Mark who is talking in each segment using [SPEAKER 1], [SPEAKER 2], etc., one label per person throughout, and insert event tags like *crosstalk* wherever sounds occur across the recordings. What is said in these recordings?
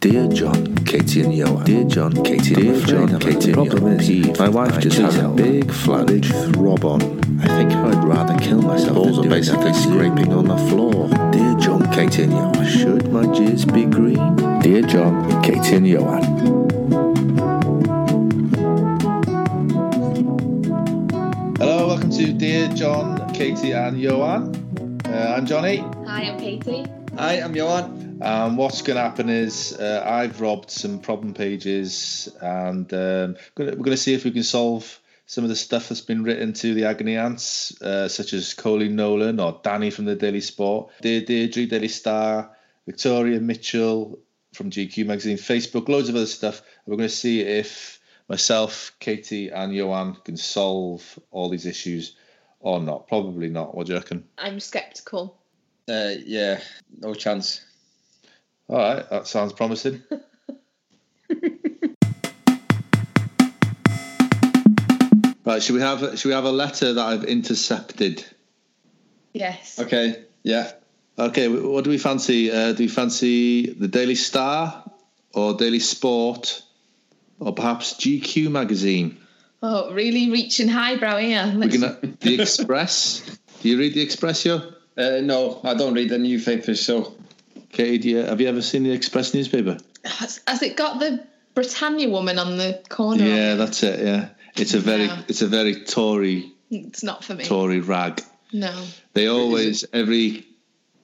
[SPEAKER 1] Dear John, Katie and Johan. Dear John, Katie and Dear John, Katie and Johan. My wife just had a big flange throb on. I think I'd rather kill myself. Balls are basically scraping on the floor. Dear John, Katie and Johan. Should my jizz be green? Dear John, Katie and Johan.
[SPEAKER 2] Hello, welcome to Dear John, Katie, and Johan. Uh, I'm Johnny.
[SPEAKER 3] Hi, I'm Katie.
[SPEAKER 4] Hi, I'm Johan.
[SPEAKER 2] Um, what's going to happen is uh, I've robbed some problem pages, and um, gonna, we're going to see if we can solve some of the stuff that's been written to the agony ants, uh, such as Colleen Nolan or Danny from the Daily Sport, Dear Deirdre, Daily Star, Victoria Mitchell from GQ magazine, Facebook, loads of other stuff. And we're going to see if myself, Katie, and Johan can solve all these issues or not. Probably not. What do you reckon?
[SPEAKER 3] I'm skeptical.
[SPEAKER 4] Uh, yeah, no chance.
[SPEAKER 2] All right, that sounds promising. right, should we have should we have a letter that I've intercepted?
[SPEAKER 3] Yes.
[SPEAKER 4] Okay, yeah.
[SPEAKER 2] Okay, wh- what do we fancy? Uh, do we fancy the Daily Star or Daily Sport or perhaps GQ magazine?
[SPEAKER 3] Oh, really reaching highbrow here.
[SPEAKER 2] We
[SPEAKER 3] Let's,
[SPEAKER 2] can the Express. Do you read the Express, yo?
[SPEAKER 4] Uh, no, I don't read the newspapers, so
[SPEAKER 2] Katie, do you, have you ever seen the Express newspaper?
[SPEAKER 3] has, has it got the Britannia woman on the corner?
[SPEAKER 2] Yeah, that's it. Yeah, it's a very
[SPEAKER 3] Yeah.
[SPEAKER 2] it's a very Tory
[SPEAKER 3] It's not for me.
[SPEAKER 2] Tory rag.
[SPEAKER 3] No.
[SPEAKER 2] They always every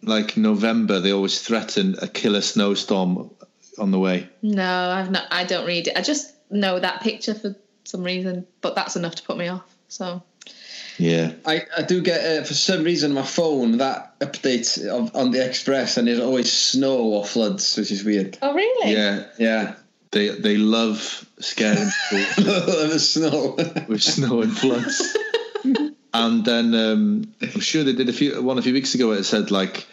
[SPEAKER 2] like November they always threaten a killer snowstorm on the way.
[SPEAKER 3] No, I've not. I don't read it. I just know that picture for some reason, but that's enough to put me off. So
[SPEAKER 2] Yeah.
[SPEAKER 4] I, I do get uh, for some reason my phone that updates of, on the Express and there's always snow or floods, which is weird.
[SPEAKER 3] Oh really?
[SPEAKER 2] Yeah.
[SPEAKER 4] Yeah,
[SPEAKER 2] They they love scaring
[SPEAKER 4] *laughs*
[SPEAKER 2] people
[SPEAKER 4] the snow.
[SPEAKER 2] with snow and
[SPEAKER 4] *laughs*
[SPEAKER 2] floods. and then um, I'm sure they did a few one a few weeks ago where it said like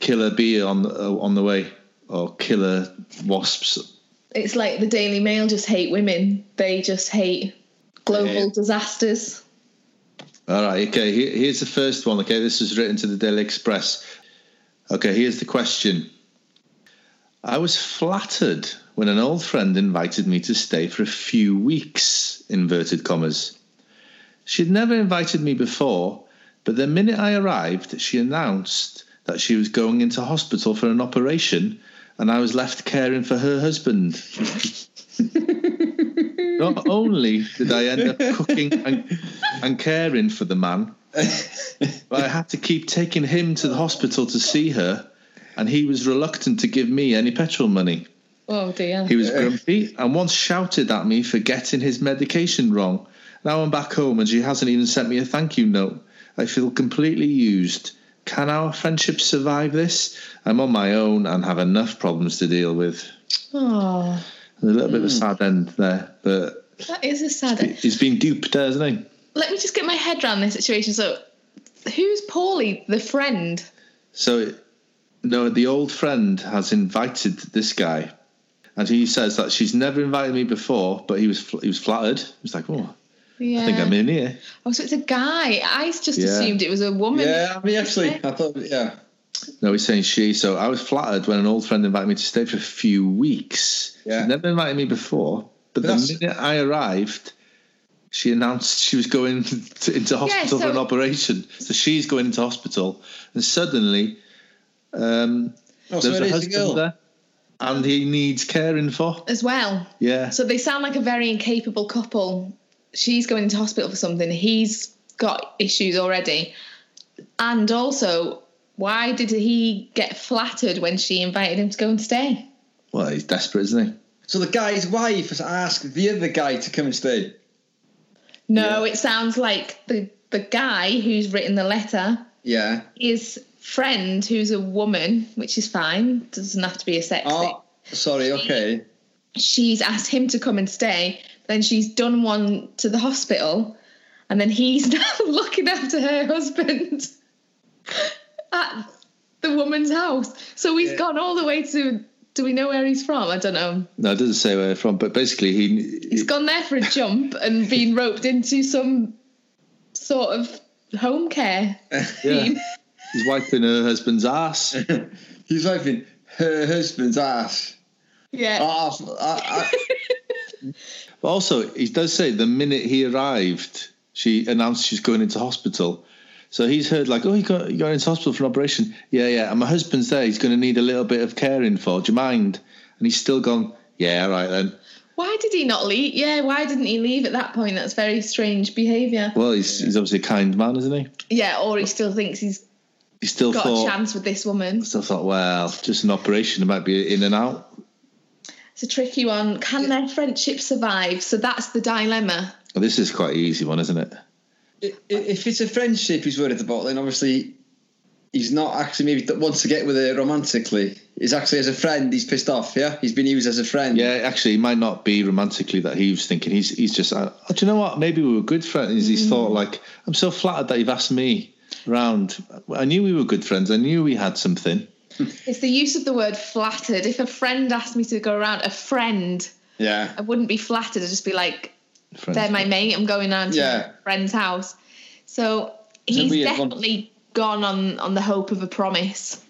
[SPEAKER 2] killer bee on the, uh, on the way or killer wasps.
[SPEAKER 3] It's like the Daily Mail just hate women. They just hate global
[SPEAKER 2] Yeah.
[SPEAKER 3] disasters.
[SPEAKER 2] All right. Okay. Here, here's the first one. Okay. This was written to the Daily Express. Okay, here's the question. I was flattered when an old friend invited me to stay for a few weeks, inverted commas. She'd never invited me before, but the minute I arrived, she announced that she was going into hospital for an operation and I was left caring for her husband. Not only did I end up cooking and, and caring for the man, but I had to keep taking him to the hospital to see her, and he was reluctant to give me any petrol money.
[SPEAKER 3] Oh dear.
[SPEAKER 2] He was grumpy and once shouted at me for getting his medication wrong. Now I'm back home and she hasn't even sent me a thank you note. I feel completely used. Can our friendship survive this? I'm on my own and have enough problems to deal with.
[SPEAKER 3] Oh,
[SPEAKER 2] There's a little bit of a sad end there, but
[SPEAKER 3] that is a sad.
[SPEAKER 2] he's been duped there, hasn't he?
[SPEAKER 3] Let me just get my head around this situation. So, who's Paulie, the friend?
[SPEAKER 2] So, no, the old friend has invited this guy, and he says that she's never invited me before, but he was fl- he was flattered. He was like, "Oh,
[SPEAKER 3] Yeah.
[SPEAKER 2] I think I'm in here."
[SPEAKER 3] Oh, so it's a guy. I just
[SPEAKER 2] Yeah.
[SPEAKER 3] assumed it was a woman.
[SPEAKER 4] yeah, I mean, actually, I thought, yeah.
[SPEAKER 2] No, he's saying she. So I was flattered when an old friend invited me to stay for a few weeks.
[SPEAKER 4] Yeah.
[SPEAKER 2] She'd never invited me before, but the
[SPEAKER 4] That's-
[SPEAKER 2] minute I arrived, she announced she was going *laughs* to, into hospital for
[SPEAKER 3] so-
[SPEAKER 2] an operation. So she's going into hospital, and suddenly, um,
[SPEAKER 4] Oh, so
[SPEAKER 2] there's
[SPEAKER 4] it
[SPEAKER 2] a
[SPEAKER 4] is a girl.
[SPEAKER 2] husband there, and he needs caring for.
[SPEAKER 3] As well.
[SPEAKER 2] Yeah.
[SPEAKER 3] So they sound like a very incapable couple. She's going into hospital for something. He's got issues already. And also, why did he get flattered when she invited him to go and stay?
[SPEAKER 2] Well, he's desperate, isn't he?
[SPEAKER 4] So the guy's wife has asked the other guy to come and stay.
[SPEAKER 3] No, it sounds like the, the guy who's written the letter
[SPEAKER 4] Yeah.
[SPEAKER 3] is friend who's a woman, which is fine. Doesn't have to be a sex thing.
[SPEAKER 4] Oh, sorry. Okay.
[SPEAKER 3] she's asked him to come and stay. Then she's done one to the hospital, and then he's *laughs* now looking after her husband *laughs* at the woman's house. So he's
[SPEAKER 4] Yeah.
[SPEAKER 3] gone all the way to. Do we know where he's from? I don't know.
[SPEAKER 2] No, it doesn't say where they're from, but basically he *laughs*
[SPEAKER 3] He's gone there for a jump and been roped into some sort of home care
[SPEAKER 2] Yeah.
[SPEAKER 3] team. *laughs*
[SPEAKER 2] He's wiping her husband's ass.
[SPEAKER 4] He's wiping her husband's ass.
[SPEAKER 3] Yeah.
[SPEAKER 2] Oh.
[SPEAKER 4] Off. I, *laughs*
[SPEAKER 2] But also, he does say the minute he arrived, she announced she's going into hospital. So he's heard like, oh, you got you got into hospital for an operation. Yeah, yeah. And my husband's there. He's going to need a little bit of caring for. Do you mind? And he's still gone. Yeah, all right then.
[SPEAKER 3] Why did he not leave? Yeah, why didn't he leave at that point? That's very strange behaviour.
[SPEAKER 2] Well, he's he's obviously a kind man, isn't he?
[SPEAKER 3] Yeah, or he still thinks he's
[SPEAKER 2] He still
[SPEAKER 3] got a
[SPEAKER 2] thought.
[SPEAKER 3] chance with this woman.
[SPEAKER 2] Still thought, well, just an operation. It might be in and out.
[SPEAKER 3] It's a tricky one. Can their friendship survive? So that's the dilemma.
[SPEAKER 2] Well, this is quite an easy one, isn't it?
[SPEAKER 4] I, if it's a friendship he's worried about, then obviously he's not actually maybe that wants to get with her romantically. He's actually as a friend. He's pissed off. Yeah, he's been used as a friend.
[SPEAKER 2] Yeah, actually, it might not be romantically that he was thinking. He's he's just, uh, do you know what? Maybe we were good friends. He's thought
[SPEAKER 3] Mm.
[SPEAKER 2] like, I'm so flattered that you've asked me round. I knew we were good friends. I knew we had something.
[SPEAKER 3] It's the use of the word flattered. If a friend asked me to go around, a friend,
[SPEAKER 4] yeah.
[SPEAKER 3] I wouldn't be flattered. I'd just be like,
[SPEAKER 2] Friends.
[SPEAKER 3] they're my mate. I'm going round to
[SPEAKER 4] Yeah.
[SPEAKER 3] my friend's house. So
[SPEAKER 4] a
[SPEAKER 3] he's
[SPEAKER 4] weird one.
[SPEAKER 3] definitely gone on, on the hope of a promise.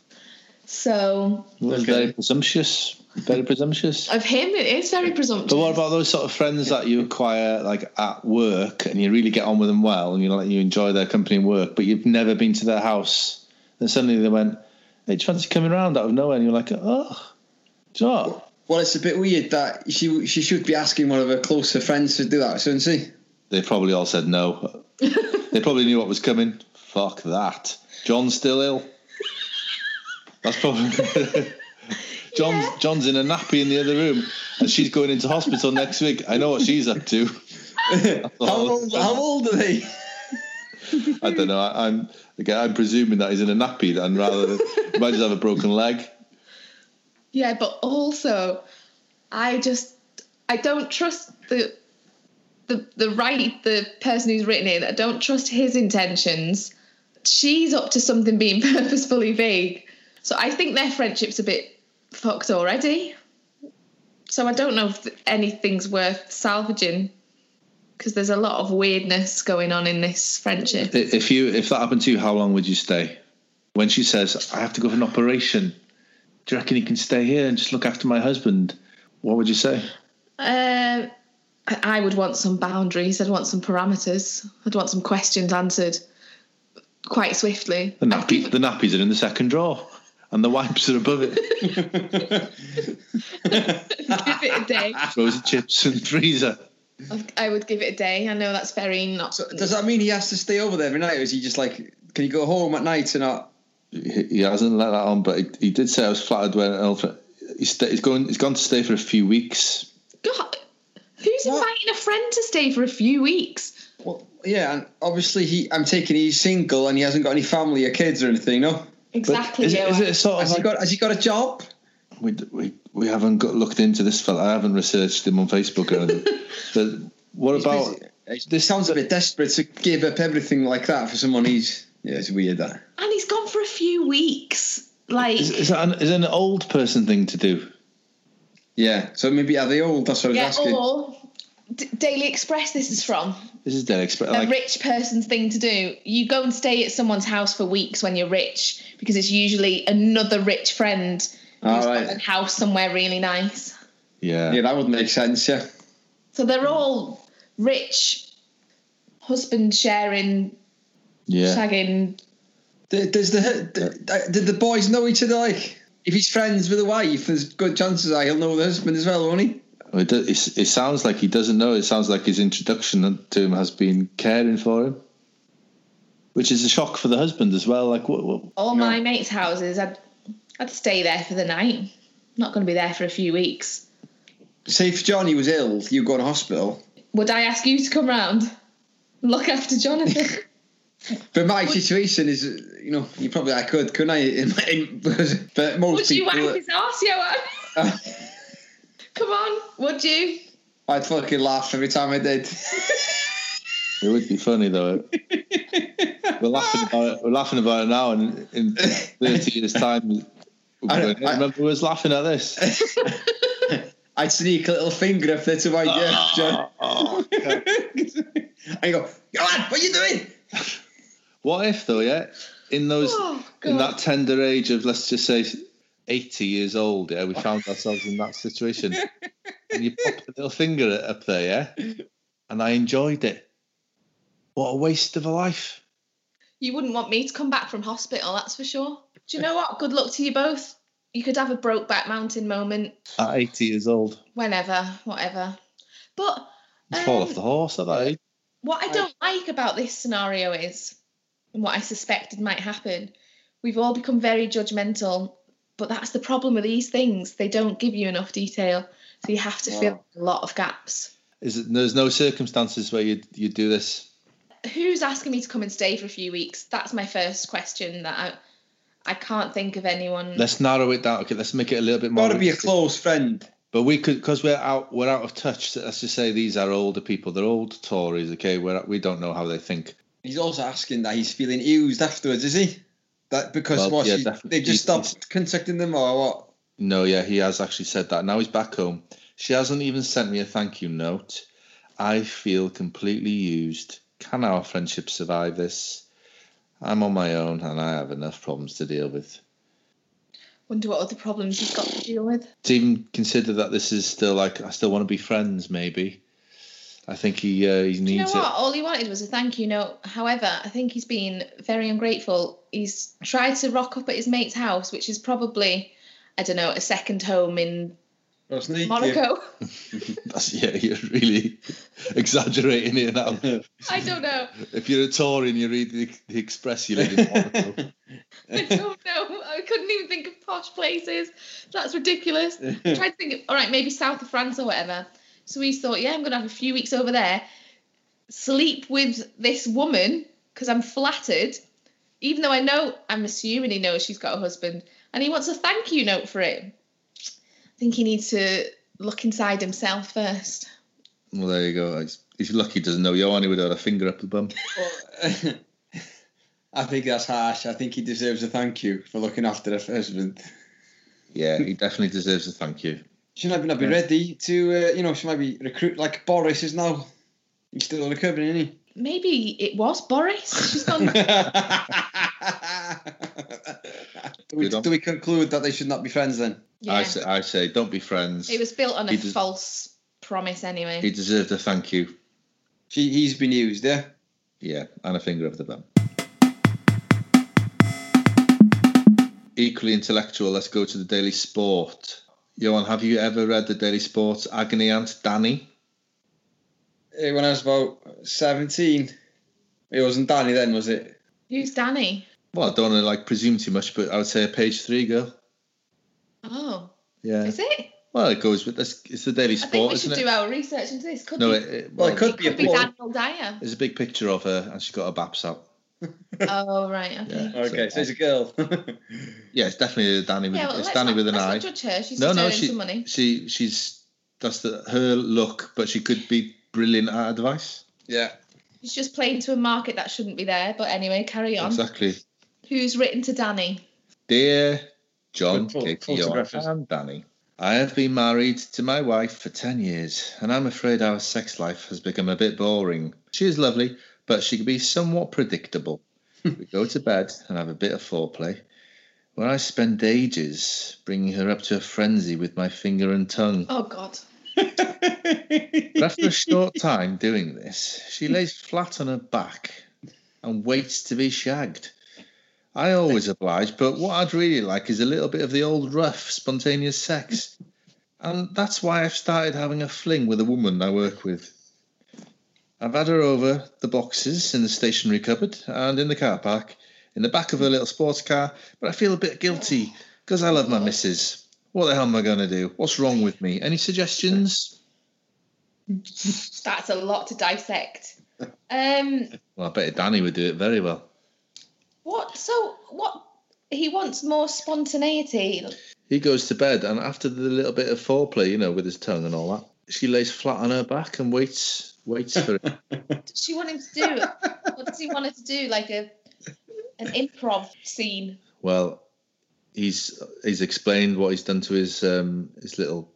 [SPEAKER 3] So
[SPEAKER 2] Well, it's
[SPEAKER 4] Okay.
[SPEAKER 2] Very presumptuous. Very presumptuous.
[SPEAKER 3] of him, it is very presumptuous.
[SPEAKER 2] But what about those sort of friends that you acquire like at work and you really get on with them well and you like you enjoy their company and work, but you've never been to their house? Then suddenly they went, Hey, do you fancy coming round out of nowhere? And you're like, Oh, do you know what?
[SPEAKER 4] Well, it's a bit weird that she she should be asking one of her closer friends to do that, shouldn't she?
[SPEAKER 2] they probably all said no. they probably knew what was coming. Fuck that. John's still ill. That's probably *laughs* John's
[SPEAKER 3] Yeah.
[SPEAKER 2] John's in a nappy in the other room, and she's going into hospital next week. I know what she's up *laughs* to.
[SPEAKER 4] How old, how old are they?
[SPEAKER 2] I don't know. I, I'm again. I'm presuming that he's in a nappy, and rather than, he might just have a broken leg.
[SPEAKER 3] Yeah, but also, I just I don't trust the the the right the person who's written it. I don't trust his intentions. She's up to something being *laughs* purposefully vague. So I think their friendship's a bit fucked already. So I don't know if anything's worth salvaging because there's a lot of weirdness going on in this friendship.
[SPEAKER 2] I- If you if that happened to you, how long would you stay? When she says, "I have to go for an operation," do you reckon he can stay here and just look after my husband? What would you say?
[SPEAKER 3] Um, I I would want some boundaries. I'd want some parameters. I'd want some questions answered quite swiftly.
[SPEAKER 2] The
[SPEAKER 3] I'd
[SPEAKER 2] nappy,
[SPEAKER 3] give-
[SPEAKER 2] the nappies are in the second drawer, and the wipes are above it.
[SPEAKER 4] *laughs*
[SPEAKER 2] *laughs*
[SPEAKER 3] give it a day.
[SPEAKER 2] Frozen chips and freezer.
[SPEAKER 3] I'd- I would give it a day. I know that's very not.
[SPEAKER 4] So does that mean he has to stay over there every night, or is he just like, can he go home at night or not?
[SPEAKER 2] He he hasn't let that on, but he, he did say I was flattered when an elephant. He's, sta he's going. He's gone to stay for a few weeks.
[SPEAKER 3] God, who's
[SPEAKER 4] What?
[SPEAKER 3] inviting a friend to stay for a few weeks?
[SPEAKER 4] Well, yeah, and obviously he. I'm taking he's single and he hasn't got any family or kids or anything. No,
[SPEAKER 2] But
[SPEAKER 3] Exactly.
[SPEAKER 2] Is, it-
[SPEAKER 3] Joanne.
[SPEAKER 2] is it sort of
[SPEAKER 4] has he
[SPEAKER 2] like,
[SPEAKER 4] got? Has he got a job?
[SPEAKER 2] we, we we haven't got looked into this fella. I haven't researched him on Facebook or
[SPEAKER 4] *laughs*
[SPEAKER 2] anything. but what about?
[SPEAKER 4] This sounds a bit desperate to give up everything like that for someone he's. Yeah, it's weird that.
[SPEAKER 3] And he's gone for a few weeks. Like,
[SPEAKER 2] Is, is that an, is that an old person thing to do?
[SPEAKER 4] Yeah, so maybe are they old? That's what I
[SPEAKER 3] yeah,
[SPEAKER 4] was asking.
[SPEAKER 3] or D- Daily Express. This is from
[SPEAKER 2] This is Derek. Sp-
[SPEAKER 3] a
[SPEAKER 4] Um,
[SPEAKER 2] like,
[SPEAKER 3] rich person's thing to do. You go and stay at someone's house for weeks when you're rich because it's usually another rich friend who's
[SPEAKER 4] All
[SPEAKER 3] got a
[SPEAKER 4] right.
[SPEAKER 3] house somewhere really nice.
[SPEAKER 2] yeah.
[SPEAKER 4] Yeah, that would make sense. Yeah.
[SPEAKER 3] So they're all rich, husband sharing,
[SPEAKER 2] yeah.
[SPEAKER 3] shagging.
[SPEAKER 4] Th- Does the th- did the boys know each other? Like, if he's friends with the wife, there's good chances that he'll know the husband as well, won't he?
[SPEAKER 2] Well, It, does, it, it sounds like he doesn't know. It sounds like his introduction to him has been caring for him, which is a shock for the husband as well. Like, what, what
[SPEAKER 3] All my mates' houses, I'd, I'd stay there for the night. Not going to be there for a few weeks.
[SPEAKER 4] Say if Johnny was ill, you go to hospital.
[SPEAKER 3] Would I ask you to come round? and Look after Jonathan.
[SPEAKER 4] But my situation is, uh, you know, you probably I could, couldn't I? *laughs* In, in, because, but most
[SPEAKER 3] Would you
[SPEAKER 4] people,
[SPEAKER 3] whack his arse, Johan? Come on, would you?
[SPEAKER 4] I'd fucking laugh every time I did. *laughs*
[SPEAKER 2] It would be funny though. we're laughing about it. We're laughing about it now, and in thirty years' time, we're
[SPEAKER 4] I-
[SPEAKER 2] going, I,
[SPEAKER 4] I-
[SPEAKER 2] remember we was laughing at this.
[SPEAKER 4] I'd sneak a little finger up there to my *laughs* yeah, John. and go, go on, what are you doing?
[SPEAKER 2] What if though? Yeah, in those
[SPEAKER 3] Oh,
[SPEAKER 2] in
[SPEAKER 3] God.
[SPEAKER 2] that tender age of let's just say eighty years old, yeah, we found ourselves in
[SPEAKER 4] *laughs*
[SPEAKER 2] that situation, and you pop the little finger up there, yeah, and I enjoyed it. What a waste of a life.
[SPEAKER 3] You wouldn't want me to come back from hospital, that's for sure. Do you know what? Good luck to you both. You could have a Brokeback Mountain moment
[SPEAKER 2] At eighty years old,
[SPEAKER 3] whenever, whatever. But
[SPEAKER 2] you fall
[SPEAKER 3] Um,
[SPEAKER 2] off the horse at that age.
[SPEAKER 3] What I don't like about this scenario is, and what I suspected might happen, we've all become very judgmental, but that's the problem with these things. They don't give you enough detail, so you have to fill a lot of gaps.
[SPEAKER 2] Is it, there's no circumstances where you you do this.
[SPEAKER 3] Who's asking me to come and stay for a few weeks? That's my first question that I, I can't think of anyone.
[SPEAKER 2] Let's narrow it down. Okay, let's make it a little bit more.
[SPEAKER 4] Got to be a
[SPEAKER 2] realistic.
[SPEAKER 4] close friend.
[SPEAKER 2] But we could, because we're out, we're out of touch. So let's just say these are older people. They're old Tories. Okay, we're, we don't know how they think.
[SPEAKER 4] He's also asking that he's feeling used afterwards, is he? That because
[SPEAKER 2] Well,
[SPEAKER 4] what
[SPEAKER 2] yeah,
[SPEAKER 4] she-
[SPEAKER 2] definitely.
[SPEAKER 4] they just stopped contacting them or what?
[SPEAKER 2] No, yeah, he has actually said that. Now he's back home. She hasn't even sent me a thank you note. I feel completely used. Can our friendship survive this? I'm on my own and I have enough problems to deal with.
[SPEAKER 3] Wonder what other problems he's got to deal with.
[SPEAKER 2] To even consider that this is still like, I still want to be friends, maybe. I think he uh, he
[SPEAKER 3] Do you know
[SPEAKER 2] needs
[SPEAKER 3] what?
[SPEAKER 2] it.
[SPEAKER 3] All he wanted was a thank you note. However, I think he's been very ungrateful. He's tried to rock up at his mate's house, which is probably, I don't know, a second home in
[SPEAKER 4] Or sneak him.
[SPEAKER 3] Monaco. *laughs*
[SPEAKER 2] That's, yeah, *laughs* you're really exaggerating it now.
[SPEAKER 3] I don't know.
[SPEAKER 2] If you're a Tory and you read the, the Express,
[SPEAKER 3] *laughs*
[SPEAKER 2] you live in Monaco. *laughs*
[SPEAKER 3] I don't know. Oh, I couldn't even think of posh places. That's ridiculous. I tried to think of, all right, maybe south of France or whatever. So he thought, yeah, I'm going to have a few weeks over there, sleep with this woman because I'm flattered, even though I know, I'm assuming he knows she's got a husband, and he wants a thank you note for it. I think he needs to look inside himself first.
[SPEAKER 2] well, there you go. He's, he's lucky he doesn't know Johanny without a finger up the bum.
[SPEAKER 4] Well, *laughs* I think that's harsh. I think he deserves a thank you for looking after her husband.
[SPEAKER 2] Yeah, he definitely deserves a thank you.
[SPEAKER 4] She might not be ready to, uh, you know, she might be recruit like Boris is now. He's still recovering, isn't *laughs* he?
[SPEAKER 3] Maybe it was Boris.
[SPEAKER 4] *laughs*
[SPEAKER 3] She's gone.
[SPEAKER 4] do, we,
[SPEAKER 2] Good on-
[SPEAKER 4] do we conclude that they should not be friends then?
[SPEAKER 2] I
[SPEAKER 3] Yeah.
[SPEAKER 2] say, I say, don't be friends.
[SPEAKER 3] It was built on a
[SPEAKER 2] He does-
[SPEAKER 3] false promise anyway.
[SPEAKER 2] He deserved a thank you.
[SPEAKER 4] She, he's been used, yeah.
[SPEAKER 2] Yeah, and a finger up the bum. Equally intellectual, let's go to the Daily Sport. Johan, have you ever read the Daily Sport's Agony Aunt Danny?
[SPEAKER 4] Eh, When I was about seventeen, it wasn't Danny then, was it?
[SPEAKER 3] Who's Danny?
[SPEAKER 2] Well, I don't want to like presume too much, but I would say a page three girl.
[SPEAKER 3] Oh,
[SPEAKER 2] Yeah.
[SPEAKER 3] is it?
[SPEAKER 2] Well, it goes with this. It's the Daily
[SPEAKER 3] I think
[SPEAKER 2] Sport,
[SPEAKER 3] we should
[SPEAKER 2] isn't
[SPEAKER 3] do
[SPEAKER 2] it?
[SPEAKER 3] our research into this. Could
[SPEAKER 2] No,
[SPEAKER 3] be,
[SPEAKER 2] it, it-
[SPEAKER 4] Well,
[SPEAKER 2] well,
[SPEAKER 4] it could be a
[SPEAKER 3] could be
[SPEAKER 4] port.
[SPEAKER 3] Daniel
[SPEAKER 2] *laughs*
[SPEAKER 3] Dyer.
[SPEAKER 2] There's a big picture of her, and she's got her baps out.
[SPEAKER 3] oh right, okay.
[SPEAKER 2] Yeah.
[SPEAKER 4] Okay, so it's a *laughs* girl.
[SPEAKER 2] Yeah, it's definitely a Danny. With,
[SPEAKER 3] Yeah, well,
[SPEAKER 2] it's
[SPEAKER 3] let's
[SPEAKER 2] Danny
[SPEAKER 3] not,
[SPEAKER 2] with an
[SPEAKER 3] let's
[SPEAKER 2] eye.
[SPEAKER 3] Not judge her. She's
[SPEAKER 2] no,
[SPEAKER 3] just
[SPEAKER 2] no,
[SPEAKER 3] earning
[SPEAKER 2] she,
[SPEAKER 3] some money.
[SPEAKER 2] she, she's that's the, her look, but she could be brilliant at advice.
[SPEAKER 4] yeah.
[SPEAKER 3] She's just playing to a market that shouldn't be there. But anyway, carry on.
[SPEAKER 2] Exactly.
[SPEAKER 3] Who's written to Danny?
[SPEAKER 2] Dear John,
[SPEAKER 4] Good pho-
[SPEAKER 2] Katie, Johan,
[SPEAKER 4] photographers.
[SPEAKER 2] and Danny, I have been married to my wife for 10 years, and I'm afraid our sex life has become a bit boring. She is lovely, but she can be
[SPEAKER 4] *laughs*
[SPEAKER 2] somewhat predictable. we go to bed and have a bit of foreplay, where I spend ages bringing her up to a frenzy with my finger and tongue.
[SPEAKER 3] Oh God.
[SPEAKER 2] But after a short time doing this, she lays flat on her back and waits to be shagged. I always oblige, but what I'd really like is a little bit of the old rough, spontaneous sex. And that's why I've started having a fling with a woman I work with. I've had her over the boxes in the stationery cupboard and in the car park, in the back of her little sports car, but I feel a bit guilty because I love my missus. What the hell am I going to do? What's wrong with me? Any suggestions?
[SPEAKER 3] That's a lot to dissect. Um,
[SPEAKER 2] Well, I bet Danny would do it very well.
[SPEAKER 3] what? So what? He wants more spontaneity.
[SPEAKER 2] He goes to bed, and after the little bit of foreplay, you know, with his tongue and all that, she lays flat on her back and waits, waits for it.
[SPEAKER 3] Does she want him to do? what does he want her to do? Like a an improv scene?
[SPEAKER 2] Well, he's he's explained what he's done to his um his little,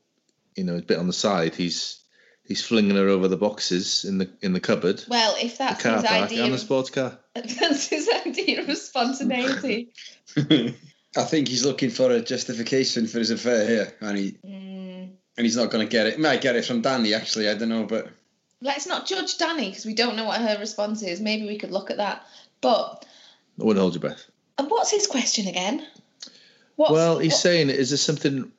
[SPEAKER 2] you know, bit on the side. He's he's flinging her over the boxes in the in the cupboard,
[SPEAKER 3] Well, if
[SPEAKER 2] the
[SPEAKER 3] that's
[SPEAKER 2] car
[SPEAKER 3] his
[SPEAKER 2] park,
[SPEAKER 3] idea
[SPEAKER 2] and the
[SPEAKER 3] of
[SPEAKER 2] sports car.
[SPEAKER 3] *laughs* That's his idea of spontaneity.
[SPEAKER 4] I think he's looking for a justification for his affair here, and he
[SPEAKER 3] Mm.
[SPEAKER 4] and he's not going to get it. He might get it from Danny, actually. I don't know, but
[SPEAKER 3] Let's not judge Danny because we don't know what her response is. Maybe we could look at that. But
[SPEAKER 2] I wouldn't hold your breath.
[SPEAKER 3] and what's his question again? What's,
[SPEAKER 2] Well, he's
[SPEAKER 3] what-
[SPEAKER 2] saying, is there something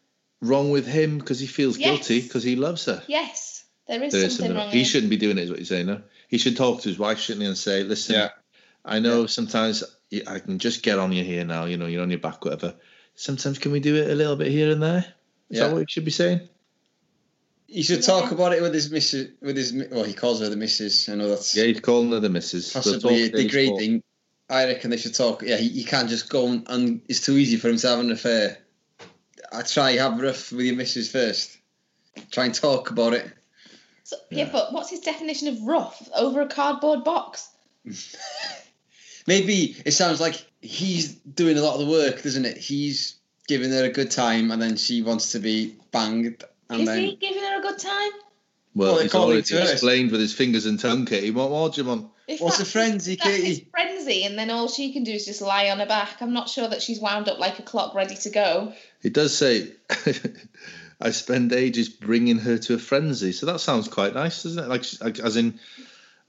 [SPEAKER 2] wrong with him because he feels
[SPEAKER 3] Yes.
[SPEAKER 2] guilty because he loves her?
[SPEAKER 3] yes, there is
[SPEAKER 2] There is
[SPEAKER 3] something
[SPEAKER 2] something
[SPEAKER 3] wrong.
[SPEAKER 2] He
[SPEAKER 3] here.
[SPEAKER 2] shouldn't be doing it, is what you're saying, no? He should talk to his wife, shouldn't he, and say, listen,
[SPEAKER 4] Yeah.
[SPEAKER 2] I know sometimes y- I can just get on you here now, you know, you're on your back, whatever. Sometimes can we do it a little bit here and there? Is
[SPEAKER 4] Yeah.
[SPEAKER 2] that what you should be saying?
[SPEAKER 4] he should talk about it with his missus. With his mi- well, he calls her the missus. I know that's
[SPEAKER 2] Yeah, he's calling her the missus. They'll talk
[SPEAKER 4] possibly
[SPEAKER 2] to his fault.
[SPEAKER 4] degrading. I reckon they should talk. Yeah, he, he can't just go and, and it's too easy for him to have an affair. I try have rough with your missus first. Try and talk about it.
[SPEAKER 3] So- yeah.
[SPEAKER 2] Yeah.
[SPEAKER 3] but what's his definition of rough? Over a cardboard box?
[SPEAKER 4] Maybe it sounds like he's doing a lot of the work, doesn't it? He's giving her a good time, and then she wants to be banged. And
[SPEAKER 3] is
[SPEAKER 4] then
[SPEAKER 3] he giving her a good time?
[SPEAKER 2] Well,
[SPEAKER 4] Well,
[SPEAKER 2] he's
[SPEAKER 4] according
[SPEAKER 2] already
[SPEAKER 4] to us-
[SPEAKER 2] explained with his fingers and tongue, Katie. What more do you want?
[SPEAKER 3] If
[SPEAKER 4] What's
[SPEAKER 3] that's
[SPEAKER 4] a frenzy,
[SPEAKER 3] his- that's his
[SPEAKER 4] Katie?
[SPEAKER 3] frenzy, and then all she can do is just lie on her back. I'm not sure that she's wound up like a clock, ready to go.
[SPEAKER 2] It does say, *laughs* I spend ages bringing her to a frenzy. So that sounds quite nice, doesn't it? Like, like as in,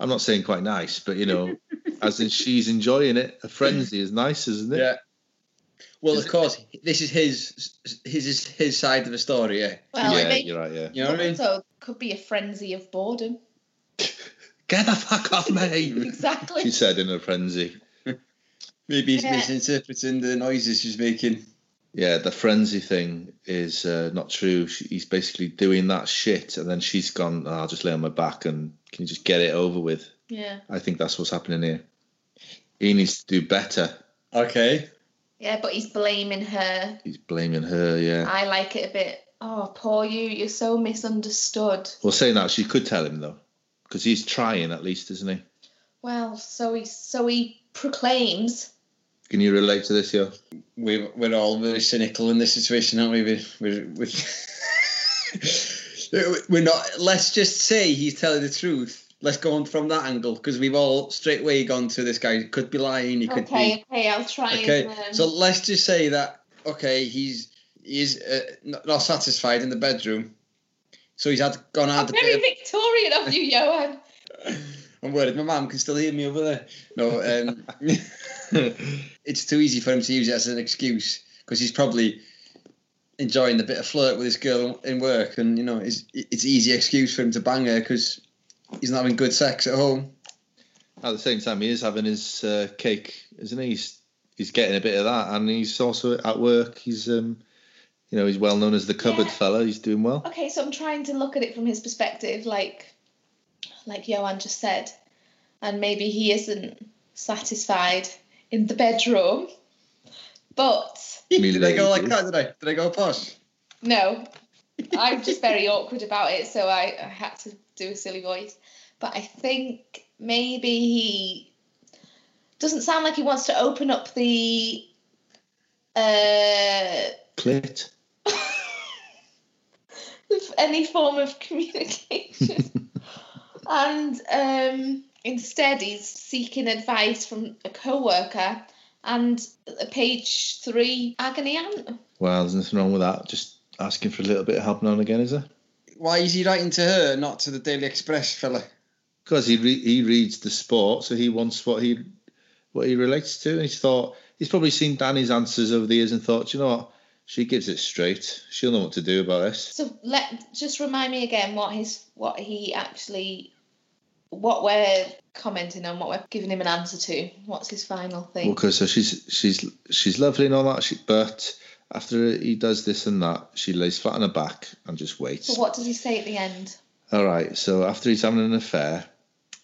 [SPEAKER 2] I'm not saying quite nice, but you know, as in she's enjoying it. A frenzy is nice, isn't it?
[SPEAKER 4] Yeah. Well,
[SPEAKER 2] Is
[SPEAKER 4] of course, this is his his is his side of the story. Yeah,
[SPEAKER 3] Well,
[SPEAKER 2] yeah,
[SPEAKER 3] it may,
[SPEAKER 2] you're right. Yeah.
[SPEAKER 4] you know what I Oh, mean.
[SPEAKER 3] so it could be a frenzy
[SPEAKER 4] *laughs*
[SPEAKER 3] of boredom.
[SPEAKER 2] Get the fuck off me!
[SPEAKER 3] Exactly.
[SPEAKER 2] she said in a frenzy.
[SPEAKER 4] Maybe he's
[SPEAKER 3] Yeah.
[SPEAKER 4] misinterpreting the noises she's making.
[SPEAKER 2] Yeah, the frenzy thing is uh, not true. She, he's basically doing that shit, and then she's gone. "Oh, I'll just lay on my back, and can you just get it over with?
[SPEAKER 3] yeah.
[SPEAKER 2] I think that's what's happening here. He needs to do better.
[SPEAKER 4] Okay.
[SPEAKER 3] Yeah, but he's blaming her.
[SPEAKER 2] He's blaming her. Yeah.
[SPEAKER 3] I like it a bit. Oh, poor you. You're so misunderstood.
[SPEAKER 2] Well, saying that, she could tell him though, because he's trying at least, isn't he?
[SPEAKER 3] Well, so he so he proclaims.
[SPEAKER 2] Can you relate to this, yo?
[SPEAKER 4] we we're all very cynical in this situation, aren't we? We *laughs* we're, we're, we're not. Let's just say he's telling the truth. Let's go on from that angle because we've all straight away gone to this guy could be lying. He could
[SPEAKER 3] Okay, okay, I'll try
[SPEAKER 4] be okay.
[SPEAKER 3] and. Um,
[SPEAKER 4] So let's just say that okay, he's he's uh, not, not satisfied in the bedroom, so he's had gone
[SPEAKER 3] I'm
[SPEAKER 4] out. a
[SPEAKER 3] Oh, very
[SPEAKER 4] bit
[SPEAKER 3] Victorian of you, Johan.
[SPEAKER 4] of- I'm worried my mum can still hear me over there. No, *laughs* um, it's too easy for him to use it as an excuse because he's probably enjoying the bit of flirt with this girl in work, and you know, it's it's an easy excuse for him to bang her because he's not having good sex at home.
[SPEAKER 2] At the same time, he is having his uh, cake, isn't he? He's, he's getting a bit of that, and he's also at work. He's, um, you know, he's well known as the cupboard
[SPEAKER 3] Yeah.
[SPEAKER 2] fella. He's doing well.
[SPEAKER 3] Okay, so I'm trying to look at it from his perspective, like like Johan just said, and maybe he isn't satisfied in the bedroom, but
[SPEAKER 4] did I go like
[SPEAKER 2] lady.
[SPEAKER 4] that? Did I? Did I go posh?
[SPEAKER 3] No, I'm just very awkward about it, so I, I had to do a silly voice. But I think maybe he doesn't sound like he wants to open up the. Uh, *laughs*
[SPEAKER 2] Clit.
[SPEAKER 3] any form of communication. and um, instead, he's seeking advice from a co worker. And page three, agony aunt.
[SPEAKER 2] Well, there's nothing wrong with that. Just asking for a little bit of help now and again, is there?
[SPEAKER 4] Why is he writing to her, not to the Daily Express fella?
[SPEAKER 2] because he re- he reads the sport, so he wants what he what he relates to, and he's thought he's probably seen Danny's answers over the years and thought, "Do you know what, she gives it straight. She'll know what to do about this.
[SPEAKER 3] So let just remind me again what his what he actually what we're commenting on, what we're giving him an answer to. What's his final thing?
[SPEAKER 2] Okay, so she's she's she's lovely and all that, she, but after he does this and that, she lays flat on her back and just waits.
[SPEAKER 3] So what does he say at the end?
[SPEAKER 2] All right. So after he's having an affair,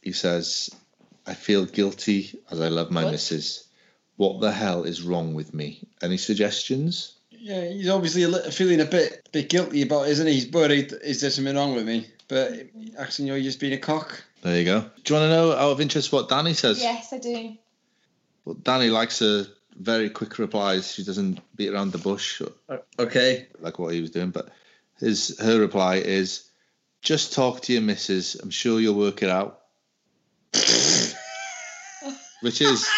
[SPEAKER 2] he says, "I feel guilty as I love my
[SPEAKER 3] What?
[SPEAKER 2] missus. What the hell is wrong with me? Any suggestions?"
[SPEAKER 4] Yeah, he's obviously a li- feeling a bit bit guilty about, it, isn't he? He's worried. Is there something wrong with me? But actually, you're just being a cock.
[SPEAKER 2] There you go. Do you want to know out of interest what Danny says?
[SPEAKER 3] Yes, I do.
[SPEAKER 2] Well, Danny likes her very quick replies. She doesn't beat around the bush
[SPEAKER 4] Okay.
[SPEAKER 2] like what he was doing. But his her reply is, "Just talk to your missus. I'm sure you'll work it out." *laughs* which is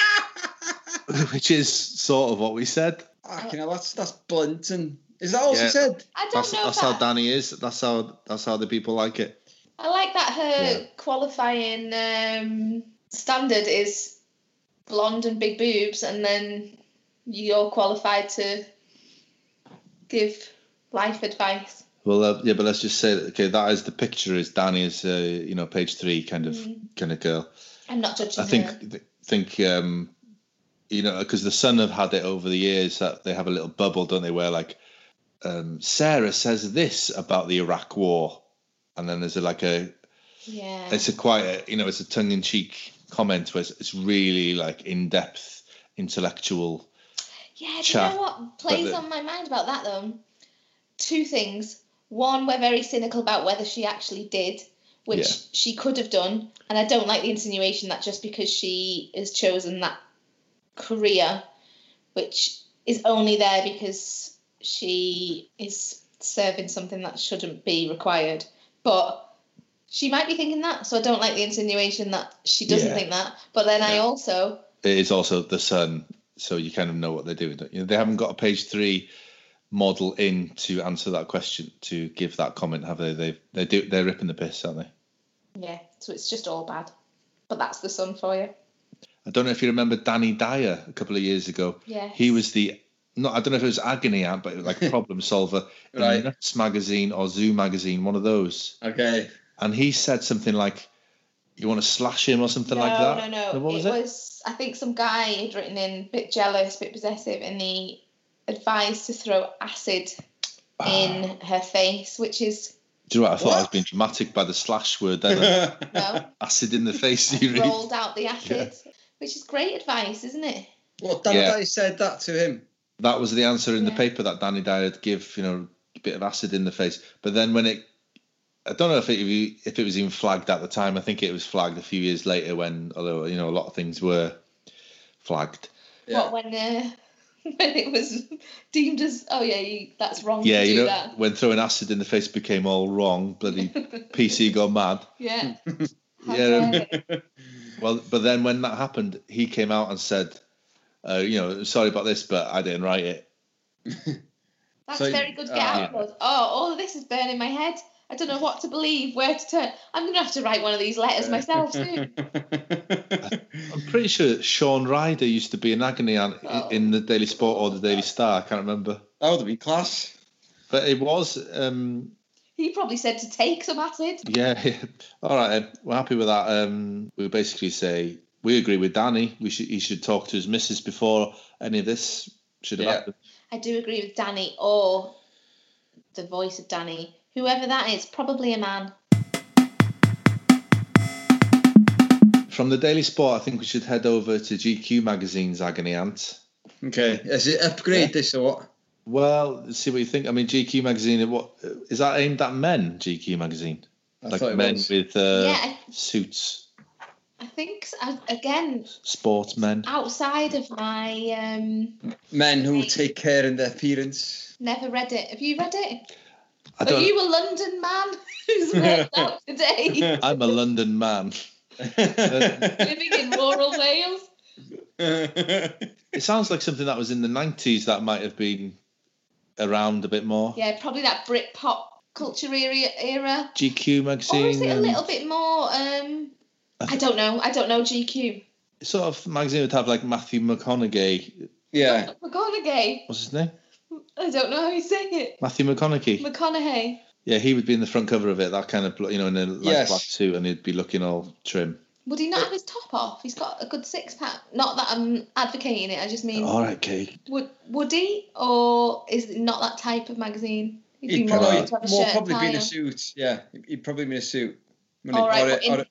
[SPEAKER 2] *laughs* which is sort of what we said.
[SPEAKER 4] Ah, you know, that's that's blunt and is that all she
[SPEAKER 2] Yeah.
[SPEAKER 4] said?
[SPEAKER 3] I don't
[SPEAKER 2] That's
[SPEAKER 3] know.
[SPEAKER 2] that's
[SPEAKER 3] if
[SPEAKER 2] how
[SPEAKER 3] that-
[SPEAKER 2] Danny is. That's how that's how the people like it.
[SPEAKER 3] I like that her
[SPEAKER 2] Yeah.
[SPEAKER 3] qualifying um, standard is blonde and big boobs, and then you're qualified to give life advice.
[SPEAKER 2] Well, uh, yeah, but let's just say that, okay, that is the picture is Danny is uh, you know page three kind of
[SPEAKER 3] Mm.
[SPEAKER 2] kind of girl.
[SPEAKER 3] I'm not judging
[SPEAKER 2] I think
[SPEAKER 3] her.
[SPEAKER 2] th- think um, you know because the Sun have had it over the years that they have a little bubble, don't they? Where like um, Sarah says this about the Iraq War, and then there's a, like a
[SPEAKER 3] Yeah.
[SPEAKER 2] it's a quite a, you know it's a tongue in cheek comment where it's, it's really like in depth intellectual.
[SPEAKER 3] Yeah, do you
[SPEAKER 2] chat,
[SPEAKER 3] know what plays
[SPEAKER 2] the-
[SPEAKER 3] on my mind about that though? Two things. One, we're very cynical about whether she actually did, which
[SPEAKER 2] Yeah.
[SPEAKER 3] she could have done. And I don't like the insinuation that just because she has chosen that career, which is only there because she is serving something that shouldn't be required. But she might be thinking that, so I don't like the insinuation that she doesn't
[SPEAKER 2] Yeah.
[SPEAKER 3] think that. But then I
[SPEAKER 2] Yeah.
[SPEAKER 3] also
[SPEAKER 2] It is also the Sun, so you kind of know what they're doing. Don't you? They haven't got a page three model in to answer that question to give that comment, have they? They they do they're ripping the piss, aren't they?
[SPEAKER 3] Yeah, so it's just all bad. But that's the sun for you.
[SPEAKER 2] I don't know if you remember Danny Dyer a couple of years ago.
[SPEAKER 3] Yeah.
[SPEAKER 2] He was the not I don't know if it was agony aunt, but like problem solver in
[SPEAKER 4] Right.
[SPEAKER 2] Nuts magazine or Zoo magazine, one of those.
[SPEAKER 4] Okay. *laughs*
[SPEAKER 2] And he said something like, "You want to slash him or something like that."
[SPEAKER 3] No, no,
[SPEAKER 2] What was
[SPEAKER 3] it,
[SPEAKER 2] it?
[SPEAKER 3] was I think some guy had written in bit jealous, bit possessive, and he advised to throw acid in
[SPEAKER 2] *sighs*
[SPEAKER 3] her face, which is
[SPEAKER 2] Do you know what? I thought I was
[SPEAKER 4] What?
[SPEAKER 2] being dramatic by the slash word
[SPEAKER 3] *laughs*
[SPEAKER 2] then.
[SPEAKER 3] no
[SPEAKER 2] *laughs* Acid in the face. You read.
[SPEAKER 3] rolled out the acid. Which is great advice, isn't it?
[SPEAKER 4] what Dan
[SPEAKER 2] Yeah.
[SPEAKER 4] Day said that to him.
[SPEAKER 2] That was the answer in the
[SPEAKER 3] Yeah.
[SPEAKER 2] paper that Danny Dyer would give. You know, a bit of acid in the face. But then when it, I don't know if it if it was even flagged at the time. I think it was flagged a few years later when, although you know, a lot of things were flagged.
[SPEAKER 4] Yeah.
[SPEAKER 3] What when uh, *laughs* when it was deemed as oh yeah, you, that's wrong
[SPEAKER 2] Yeah,
[SPEAKER 3] to do
[SPEAKER 2] you know,
[SPEAKER 3] that.
[SPEAKER 2] when throwing acid in the face became all wrong, bloody *laughs* PC gone mad.
[SPEAKER 3] *laughs*
[SPEAKER 2] *laughs*
[SPEAKER 3] Yeah. um, How
[SPEAKER 2] Yeah.
[SPEAKER 3] dare they?
[SPEAKER 2] Well, but then when that happened, he came out and said, uh, you know, sorry about this, but I didn't write it.
[SPEAKER 3] That's
[SPEAKER 4] So-
[SPEAKER 3] very
[SPEAKER 2] uh,
[SPEAKER 3] good. Get
[SPEAKER 4] Ah.
[SPEAKER 3] out mode. Oh, all of this is burning my head. I don't know what to believe, where to turn. I'm going to have to write one of these
[SPEAKER 2] *laughs*
[SPEAKER 3] letters
[SPEAKER 4] *laughs*
[SPEAKER 3] myself soon.
[SPEAKER 2] I'm pretty sure Sean Ryder used to be an agony aunt i
[SPEAKER 3] Oh.
[SPEAKER 2] in the Daily Sport or the Daily Star. I can't remember.
[SPEAKER 4] that would have been class.
[SPEAKER 2] But it was, um,
[SPEAKER 3] He probably said to take some acid.
[SPEAKER 2] yeah. *laughs* All right, then. we're happy with that. Um, we basically say we agree with Danny. We should he should talk to his missus before any of this should have
[SPEAKER 4] Yeah.
[SPEAKER 2] happened.
[SPEAKER 3] I do agree with Danny or the voice of Danny. Whoever that is, probably a man.
[SPEAKER 2] From the Daily Sport, I think we should head over to GQ magazine's agony aunt.
[SPEAKER 4] Okay. Is it upgrade
[SPEAKER 2] Yeah.
[SPEAKER 4] this or what?
[SPEAKER 2] Well, let's see what you think. I mean, GQ magazine. What is that aimed at men? GQ magazine,
[SPEAKER 4] I
[SPEAKER 2] like
[SPEAKER 4] thought it
[SPEAKER 2] men
[SPEAKER 4] was.
[SPEAKER 2] with uh,
[SPEAKER 3] yeah, I,
[SPEAKER 2] suits,
[SPEAKER 3] I think, s- I- again,
[SPEAKER 2] sportsmen.
[SPEAKER 3] outside of my, um,
[SPEAKER 4] Men who take care in their
[SPEAKER 2] *laughs*
[SPEAKER 4] appearance.
[SPEAKER 3] never read it. Have you read it?
[SPEAKER 2] I
[SPEAKER 3] Are
[SPEAKER 2] don't.
[SPEAKER 3] you a London man *laughs*
[SPEAKER 2] *laughs*
[SPEAKER 3] who's worked out today?
[SPEAKER 2] I'm a London man.
[SPEAKER 3] Living in rural Wales?
[SPEAKER 2] It sounds like something that was in the '90s that might have been around a bit more.
[SPEAKER 3] Yeah, probably that Brit pop culture era. era.
[SPEAKER 2] GQ magazine.
[SPEAKER 3] Or is it a
[SPEAKER 2] um,
[SPEAKER 3] little bit more? Um,
[SPEAKER 4] Uh,
[SPEAKER 2] I
[SPEAKER 3] I don't know. I don't know GQ.
[SPEAKER 2] sort of magazine would have like Matthew McConaughey.
[SPEAKER 4] yeah.
[SPEAKER 3] McConaughey.
[SPEAKER 2] What's his name?
[SPEAKER 3] I don't know how you say it.
[SPEAKER 2] Matthew McConaughey.
[SPEAKER 3] McConaughey.
[SPEAKER 2] yeah, he would be in the front cover of it. That kind of blo- you know in a like
[SPEAKER 4] Yes.
[SPEAKER 2] black suit, and he'd be looking all trim.
[SPEAKER 3] Would he
[SPEAKER 4] Uh,
[SPEAKER 3] not have his top off? He's got a good six pack. Not that I'm advocating it. I just
[SPEAKER 4] Oh.
[SPEAKER 3] mean
[SPEAKER 2] All right, Kate.
[SPEAKER 3] would would he or is it not that type of magazine? He'd
[SPEAKER 4] He'd
[SPEAKER 3] be more
[SPEAKER 4] probably,
[SPEAKER 3] likely to have a
[SPEAKER 4] more
[SPEAKER 3] shirt
[SPEAKER 4] probably be in
[SPEAKER 3] tie
[SPEAKER 4] a
[SPEAKER 3] on.
[SPEAKER 4] suit. Yeah. He'd probably be in a suit.
[SPEAKER 3] All right,
[SPEAKER 4] Or a-
[SPEAKER 3] but in-
[SPEAKER 4] or a-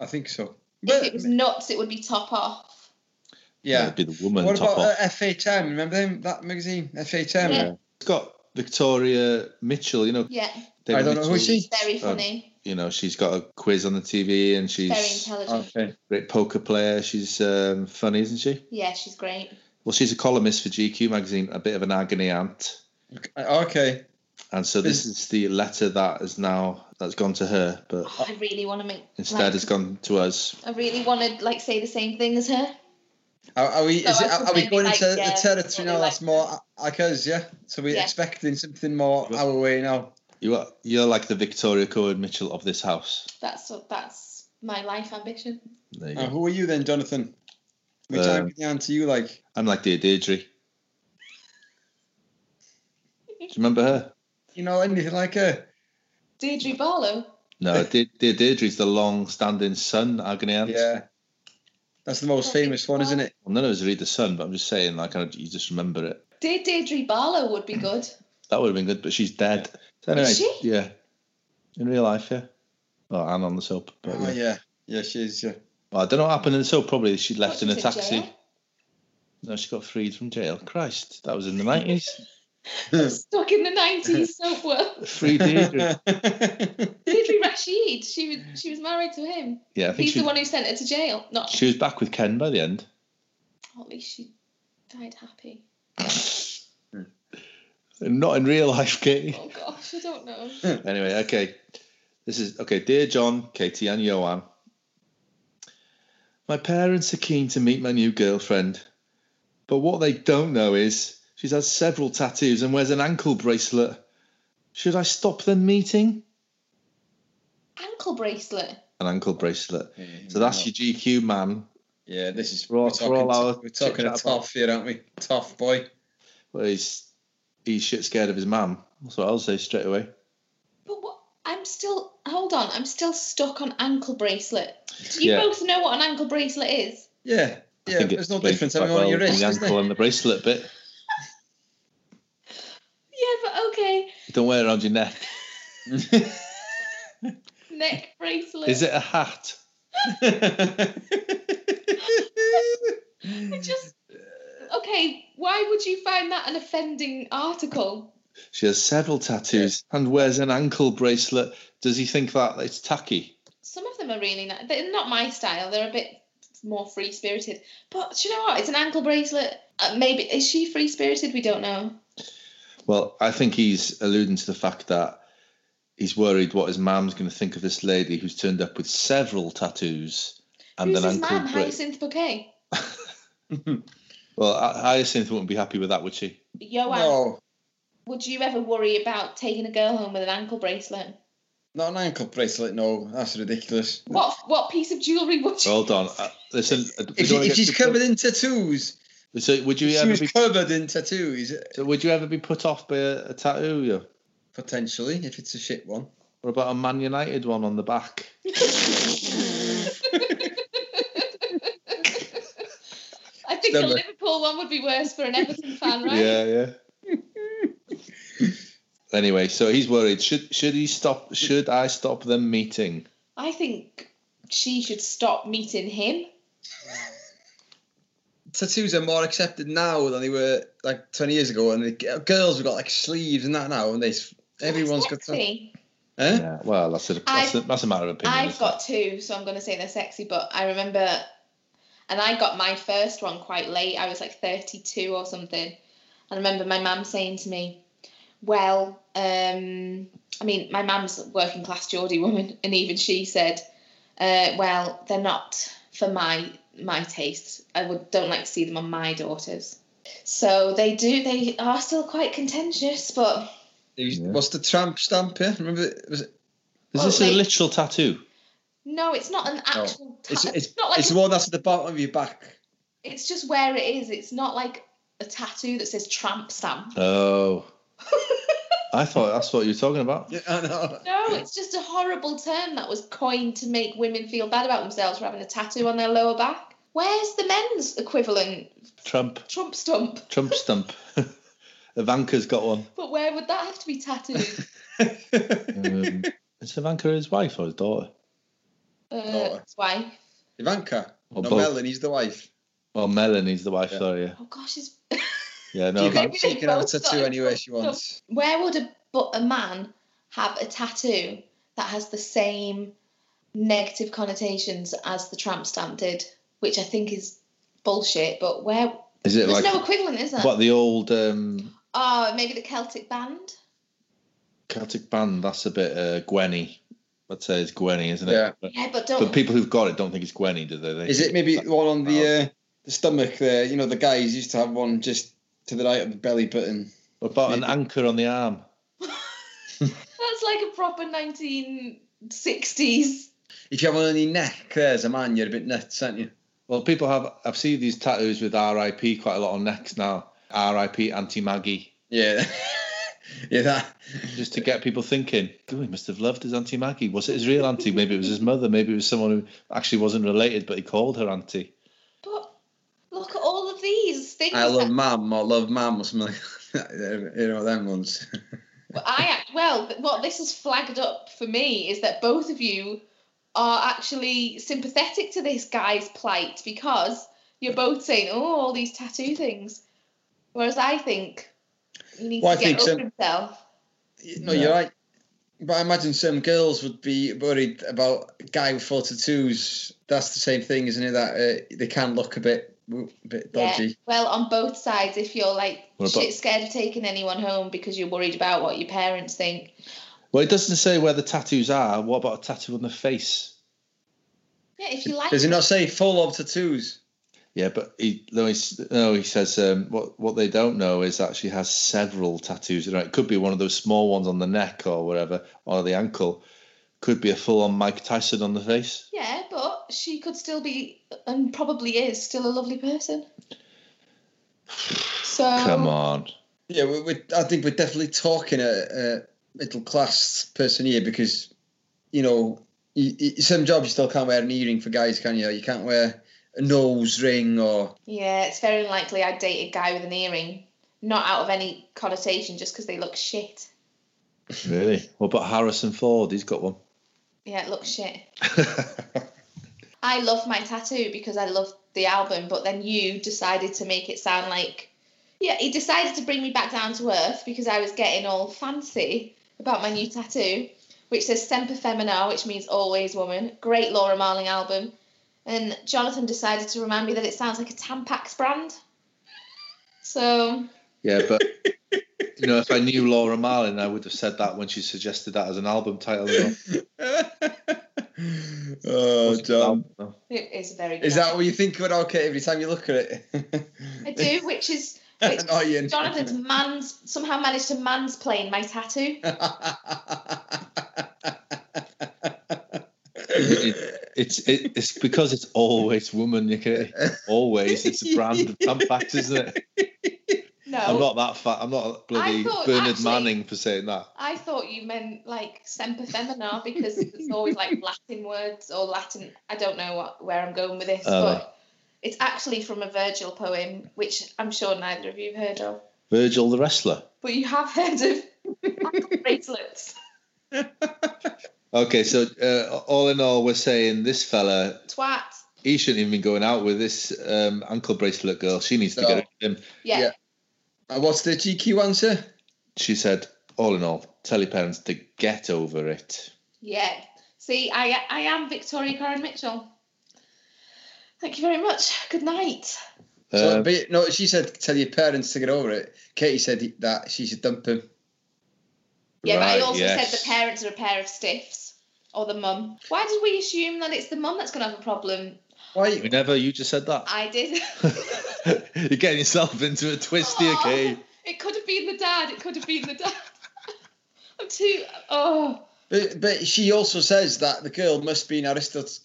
[SPEAKER 4] I think so.
[SPEAKER 3] If
[SPEAKER 4] But,
[SPEAKER 3] it was nuts, it would be top off.
[SPEAKER 4] yeah.
[SPEAKER 2] it'd be the woman.
[SPEAKER 4] What
[SPEAKER 2] top
[SPEAKER 4] about
[SPEAKER 2] off.
[SPEAKER 4] uh, FHM? Remember them, that magazine? FHM?
[SPEAKER 3] Yeah.
[SPEAKER 2] It's got Victoria Mitchell, you know.
[SPEAKER 3] Yeah,
[SPEAKER 2] David
[SPEAKER 4] I don't know who
[SPEAKER 2] Mitchell,
[SPEAKER 4] she
[SPEAKER 3] very
[SPEAKER 2] Oh,
[SPEAKER 3] funny,
[SPEAKER 2] You know, she's got a quiz on the TV and she's
[SPEAKER 3] very
[SPEAKER 2] a
[SPEAKER 3] intelligent.
[SPEAKER 4] Okay.
[SPEAKER 2] great poker player. She's um, funny, isn't she?
[SPEAKER 3] yeah, she's great.
[SPEAKER 2] Well, she's a columnist for GQ magazine, a bit of an agony aunt.
[SPEAKER 4] Uh, Okay.
[SPEAKER 2] And so this is the letter that is now that's gone to her, but
[SPEAKER 4] uh,
[SPEAKER 3] Oh, I really want to make.
[SPEAKER 2] instead
[SPEAKER 3] like,
[SPEAKER 2] it's gone to us.
[SPEAKER 3] I really want to like say the same thing as her.
[SPEAKER 4] Are, are we?
[SPEAKER 5] So
[SPEAKER 4] is it,
[SPEAKER 5] I
[SPEAKER 4] are,
[SPEAKER 5] was
[SPEAKER 4] are we
[SPEAKER 5] really
[SPEAKER 4] going
[SPEAKER 5] like,
[SPEAKER 4] into
[SPEAKER 5] yeah,
[SPEAKER 4] the
[SPEAKER 5] what we
[SPEAKER 4] territory now
[SPEAKER 5] like.
[SPEAKER 4] that's more like us? Yeah. So we're
[SPEAKER 5] Yeah.
[SPEAKER 4] expecting something more
[SPEAKER 2] Yeah.
[SPEAKER 4] our way now.
[SPEAKER 2] You are you're like the Victoria Cohen Mitchell of this house.
[SPEAKER 3] That's that's my life ambition.
[SPEAKER 2] There you
[SPEAKER 4] Uh,
[SPEAKER 2] go.
[SPEAKER 3] Uh-huh.
[SPEAKER 4] who are you then, Jonathan? Which
[SPEAKER 2] Uh,
[SPEAKER 4] I'm going to you like.
[SPEAKER 2] I'm like dear Deirdre. Do you remember her?
[SPEAKER 4] You know anything like her?
[SPEAKER 3] Deirdre Barlow. *laughs*
[SPEAKER 2] No, dear, dear Deirdre's the long-standing son agony aunt.
[SPEAKER 4] Yeah. That's the most
[SPEAKER 3] Don't think
[SPEAKER 4] famous one,
[SPEAKER 3] so.
[SPEAKER 4] isn't it?
[SPEAKER 2] Well, none of us read the Sun, but I'm just saying, like, I, you just remember it.
[SPEAKER 3] Dear Deirdre Barlow would be good.
[SPEAKER 2] That would have been good, but she's dead. So anyway,
[SPEAKER 3] Is she?
[SPEAKER 2] yeah, in real life, yeah. Well, and on the soap, but
[SPEAKER 4] Oh
[SPEAKER 2] yeah.
[SPEAKER 4] yeah, yeah, she is. Yeah.
[SPEAKER 2] Well, I don't know what happened in the soap. Probably she *clears throat*
[SPEAKER 3] What,
[SPEAKER 2] left in a
[SPEAKER 3] she's in
[SPEAKER 2] taxi.
[SPEAKER 3] jail?
[SPEAKER 2] No, she got freed from jail. Christ, that was in the nineties.
[SPEAKER 3] Stuck in
[SPEAKER 2] *laughs*
[SPEAKER 3] the nineties soap world.
[SPEAKER 2] Free
[SPEAKER 3] *laughs*
[SPEAKER 2] Deirdre.
[SPEAKER 4] *laughs*
[SPEAKER 3] Deirdre Rashid. She was she was married to him.
[SPEAKER 2] Yeah, I think
[SPEAKER 3] He's
[SPEAKER 2] she,
[SPEAKER 3] the one who sent her to jail. Not
[SPEAKER 2] she was back with Ken by the end.
[SPEAKER 3] at least she died happy.
[SPEAKER 2] Not in real life, Katie. *laughs*
[SPEAKER 3] Oh gosh, I don't know.
[SPEAKER 2] Anyway, okay. This is okay, dear John, Katie, and Johan. My parents are keen to meet my new girlfriend, but what they don't know is she's had several tattoos and wears an ankle bracelet. Should I stop them meeting?
[SPEAKER 3] Ankle bracelet.
[SPEAKER 2] An ankle bracelet.
[SPEAKER 4] Yeah,
[SPEAKER 2] So that's your GQ man.
[SPEAKER 4] Yeah, this is
[SPEAKER 2] We're all-
[SPEAKER 4] we're
[SPEAKER 2] we're all
[SPEAKER 4] talking,
[SPEAKER 2] our
[SPEAKER 4] we're talking a
[SPEAKER 2] chit-chat
[SPEAKER 4] tough here, aren't we? Tough boy.
[SPEAKER 2] Well, he's he's shit scared of his mum. That's what I'll say straight away.
[SPEAKER 3] But what? I'm still. Hold on. I'm still stuck on ankle bracelet. Do you
[SPEAKER 2] Yeah.
[SPEAKER 3] both know what an ankle bracelet is?
[SPEAKER 4] Yeah,
[SPEAKER 2] I
[SPEAKER 4] yeah.
[SPEAKER 2] think it
[SPEAKER 4] There's no
[SPEAKER 2] explains
[SPEAKER 4] difference.
[SPEAKER 2] quite
[SPEAKER 4] I mean, on
[SPEAKER 2] well
[SPEAKER 4] your wrist,
[SPEAKER 2] the
[SPEAKER 4] isn't
[SPEAKER 2] ankle
[SPEAKER 4] it?
[SPEAKER 2] and the bracelet bit.
[SPEAKER 3] Yeah, but okay.
[SPEAKER 2] You don't wear it around your neck.
[SPEAKER 3] Neck bracelet.
[SPEAKER 2] Is it a hat? *laughs*
[SPEAKER 3] I just. Okay. Why would you find that an offending article?
[SPEAKER 2] She has several tattoos and wears an ankle bracelet. Does he think that it's tacky?
[SPEAKER 3] Some of them are really nice. They're not my style. They're a bit more free spirited. But do you know what? It's an ankle bracelet. Uh, maybe is she free spirited? We don't know.
[SPEAKER 2] Well, I think he's alluding to the fact that he's worried what his mum's going to think of this lady who's turned up with several tattoos and
[SPEAKER 3] Who's
[SPEAKER 2] an
[SPEAKER 3] his
[SPEAKER 2] ankle
[SPEAKER 3] man?
[SPEAKER 2] bracelet.
[SPEAKER 3] Hyacinth Bouquet.
[SPEAKER 2] Well, Hy- Hyacinth wouldn't be happy with that, would she?
[SPEAKER 5] Oh,
[SPEAKER 3] Joanne,
[SPEAKER 4] no,
[SPEAKER 3] would you ever worry about taking a girl home with an ankle bracelet?
[SPEAKER 4] not an ankle bracelet. No, that's ridiculous.
[SPEAKER 3] What what piece of jewellery would you?
[SPEAKER 2] Hold on. Uh, listen, uh, we
[SPEAKER 4] If,
[SPEAKER 2] don't
[SPEAKER 4] she,
[SPEAKER 2] wanna
[SPEAKER 4] if
[SPEAKER 2] get
[SPEAKER 4] she's
[SPEAKER 2] too-
[SPEAKER 4] covered in tattoos,
[SPEAKER 2] so would you
[SPEAKER 4] if she
[SPEAKER 2] ever
[SPEAKER 4] was
[SPEAKER 2] be?
[SPEAKER 4] covered in tattoos.
[SPEAKER 2] so would you ever be put off by a, a tattoo? yeah?
[SPEAKER 4] Potentially, if it's a shit one.
[SPEAKER 2] What about a Man United one on the back?
[SPEAKER 3] I think
[SPEAKER 4] Stemmer.
[SPEAKER 3] a Liverpool one would be worse for an Everton fan, right?
[SPEAKER 2] Yeah, yeah. anyway, so he's worried. Should should he stop? Should I stop them meeting?
[SPEAKER 3] I think she should stop meeting him.
[SPEAKER 4] tattoos are more accepted now than they were like 20 years ago. And the g- girls have got like sleeves and that now, and they s- everyone's got. Some,
[SPEAKER 3] sexy.
[SPEAKER 4] Eh?
[SPEAKER 2] Yeah. Well, that's a that's, a, that's a matter of opinion.
[SPEAKER 3] I've
[SPEAKER 2] isn't
[SPEAKER 3] got two, so I'm going to say they're sexy. But I remember, and I got my first one quite late. I was like 32 or something. I remember my mum saying to me, "Well, um, I mean, my mum's a working class Geordie woman, *laughs* and even she said, uh, well, they're not for my my taste. I would don't like to see them on my daughters.' So they do. They are still quite contentious, but."
[SPEAKER 4] Who's-
[SPEAKER 2] Yeah.
[SPEAKER 4] What's the tramp stamp? Yeah, remember it was.
[SPEAKER 2] it? Is this
[SPEAKER 3] Well,
[SPEAKER 2] a
[SPEAKER 3] they-
[SPEAKER 2] literal tattoo?
[SPEAKER 3] No, it's not an actual. ta-
[SPEAKER 4] It's it's,
[SPEAKER 3] not like
[SPEAKER 4] it's
[SPEAKER 3] a
[SPEAKER 4] the one that's at the bottom of your back.
[SPEAKER 3] It's just where it is. It's not like a tattoo that says tramp stamp. *laughs*
[SPEAKER 2] Oh. I thought that's what you were talking about.
[SPEAKER 4] Yeah, I *laughs* know.
[SPEAKER 3] No, *laughs* it's just a horrible term that was coined to make women feel bad about themselves for having a tattoo on their lower back. Where's the men's equivalent
[SPEAKER 2] Trump,
[SPEAKER 3] Trump stump?
[SPEAKER 2] Trump stump. *laughs* Ivanka's got one.
[SPEAKER 3] But where would that have to be tattooed?
[SPEAKER 2] Um, is Ivanka his wife or his daughter?
[SPEAKER 3] Uh,
[SPEAKER 4] Oh.
[SPEAKER 3] his wife.
[SPEAKER 4] Ivanka.
[SPEAKER 2] Or
[SPEAKER 4] no,
[SPEAKER 2] both?
[SPEAKER 4] Melanie's the wife.
[SPEAKER 2] Well, Melanie's the wife.
[SPEAKER 4] Yeah.
[SPEAKER 2] Sorry. Yeah.
[SPEAKER 3] Oh gosh, his...
[SPEAKER 2] Yeah.
[SPEAKER 4] she
[SPEAKER 2] No.
[SPEAKER 4] can,
[SPEAKER 2] Ivan-
[SPEAKER 3] Maybe
[SPEAKER 4] she
[SPEAKER 3] they
[SPEAKER 4] can have a
[SPEAKER 3] both got
[SPEAKER 4] tattoo
[SPEAKER 3] it.
[SPEAKER 4] anywhere she wants.
[SPEAKER 3] *laughs* where would a but a man have a tattoo that has the same negative connotations as the tramp stamp did, which I think is bullshit. But where
[SPEAKER 2] Is it
[SPEAKER 3] there's
[SPEAKER 2] like
[SPEAKER 3] no equivalent, is there?
[SPEAKER 2] what the old um,
[SPEAKER 3] Oh, maybe the Celtic band.
[SPEAKER 2] Celtic band? That's a bit uh, Gwenny. I'd say it's Gwenny, isn't it?
[SPEAKER 4] Yeah.
[SPEAKER 2] But-
[SPEAKER 3] Yeah, but don't.
[SPEAKER 2] But people who've got it don't think it's Gwenny, do they? They
[SPEAKER 4] Is it maybe
[SPEAKER 2] think
[SPEAKER 4] the one on the uh, the stomach there. You know, the guys used to have one just to the right of the belly button.
[SPEAKER 2] What about an
[SPEAKER 4] Maybe.
[SPEAKER 2] anchor on the arm?
[SPEAKER 3] That's like a proper 1960s.
[SPEAKER 4] If you have one on your neck there as a man, you're a bit nuts, aren't you?
[SPEAKER 2] Well, people have. I've seen these tattoos with R.I.P. quite a lot on necks now. R.I.P. Auntie Maggie,
[SPEAKER 4] Yeah. *laughs* yeah, that.
[SPEAKER 2] just to get people thinking. Oh, he must have loved his Auntie Maggie. Was it his real auntie? Maybe it was his mother. Maybe it was someone who actually wasn't related, but he called her auntie.
[SPEAKER 3] But look at all of these things.
[SPEAKER 4] I love
[SPEAKER 3] that-
[SPEAKER 4] mum or love mum or something like that. *laughs* You know, them ones.
[SPEAKER 3] Well, I act well. th- What this has flagged up for me is that both of you are actually sympathetic to this guy's plight because you're both saying, "Oh, all these tattoo things," whereas I think he needs
[SPEAKER 4] Well,
[SPEAKER 3] to
[SPEAKER 4] I
[SPEAKER 3] get
[SPEAKER 4] think so.
[SPEAKER 3] over himself.
[SPEAKER 4] No,
[SPEAKER 2] Yeah.
[SPEAKER 4] you're right. But I imagine some girls would be worried about a guy with four tattoos. That's the same thing, isn't it? That uh, they can look a bit, a bit dodgy.
[SPEAKER 3] Yeah. Well, on both sides, if you're like
[SPEAKER 2] What about-
[SPEAKER 3] shit scared of taking anyone home because you're worried about what your parents think,
[SPEAKER 2] Well, it doesn't say where the tattoos are. What about a tattoo on the face?
[SPEAKER 3] yeah, if you like,
[SPEAKER 4] Does it not say full of tattoos?
[SPEAKER 2] Yeah, but he no, he's, no he says um, what what they don't know is that she has several tattoos. You know, it could be one of those small ones on the neck or whatever, or the ankle. Could be a full-on Mike Tyson on the face.
[SPEAKER 3] yeah, but she could still be, and probably is still a lovely person. *sighs* So
[SPEAKER 2] Come on,
[SPEAKER 4] Yeah, we we I think we're definitely talking a, a middle class person here because, you know, you, you- some jobs you still can't wear an earring for guys, can you? You can't wear a nose ring or *laughs*
[SPEAKER 3] Yeah, it's very unlikely I'd date a guy with an earring, not out of any connotation, just because they look shit.
[SPEAKER 2] really? What about Harrison Ford? He's got one.
[SPEAKER 3] Yeah, it
[SPEAKER 4] *laughs*
[SPEAKER 3] looks shit. I love my tattoo because I love the album, but then you decided to make it sound like. Yeah, he decided to bring me back down to earth because I was getting all fancy about my new tattoo, which says Semper Femina, which means always woman. Great Laura Marling album. And Jonathan decided to remind me that it sounds like a Tampax brand. So,
[SPEAKER 2] Yeah, but you know, if I knew Laura Marlin, I would have said that when she suggested that as an album title. you know.
[SPEAKER 4] oh, John.
[SPEAKER 3] it is very good.
[SPEAKER 4] Is that what you think about okay every time you look at it?
[SPEAKER 3] I do, which is
[SPEAKER 4] *laughs*
[SPEAKER 3] which
[SPEAKER 4] Not Ian.
[SPEAKER 3] Jonathan's man's somehow managed to mansplain my tattoo. *laughs*
[SPEAKER 2] It's it, it's because it's always woman. You can always. It's a brand of Tampax, isn't it?
[SPEAKER 3] No,
[SPEAKER 2] I'm not that fat. I'm not a bloody
[SPEAKER 3] I thought
[SPEAKER 2] Bernard
[SPEAKER 3] actually-
[SPEAKER 2] Manning for saying that.
[SPEAKER 3] I thought you meant like semper femina because it's
[SPEAKER 2] *laughs*
[SPEAKER 3] always like Latin words or Latin. I don't know what where I'm going with this,
[SPEAKER 2] Oh.
[SPEAKER 3] but it's actually from a Virgil poem, which I'm sure neither of you've heard of,
[SPEAKER 2] Virgil the wrestler.
[SPEAKER 3] but you have heard of
[SPEAKER 2] *laughs*
[SPEAKER 3] ankle bracelets.
[SPEAKER 2] Okay, so uh, all in all, we're saying this fella,
[SPEAKER 3] Twat.
[SPEAKER 2] he shouldn't even be going out with this um, ankle bracelet girl. She needs to
[SPEAKER 4] No.
[SPEAKER 2] get rid of him.
[SPEAKER 3] Yeah.
[SPEAKER 4] Yeah. *laughs* Uh, What's the GQ answer?
[SPEAKER 2] She said, all in all, tell your parents to get over it.
[SPEAKER 3] Yeah. See, I I am Victoria Karen Mitchell. Thank you very much. Good night.
[SPEAKER 4] So,
[SPEAKER 2] Um,
[SPEAKER 4] but, no, she said tell your parents to get over it. Katie said that she should dump him.
[SPEAKER 3] Yeah, but
[SPEAKER 2] Right,
[SPEAKER 3] I also said
[SPEAKER 2] yes.
[SPEAKER 3] the parents are a pair of stiffs or the mum. Why did we assume that it's the mum that's going to have a problem?
[SPEAKER 4] Why?
[SPEAKER 2] we never, you just said that. *laughs*
[SPEAKER 3] I did.
[SPEAKER 2] You're getting yourself into a twisty,
[SPEAKER 3] Oh,
[SPEAKER 2] okay?
[SPEAKER 3] *laughs* It could have been the dad. It could have been the dad. *laughs* I'm too. Oh.
[SPEAKER 4] But, but she also says that the girl must be an aristot-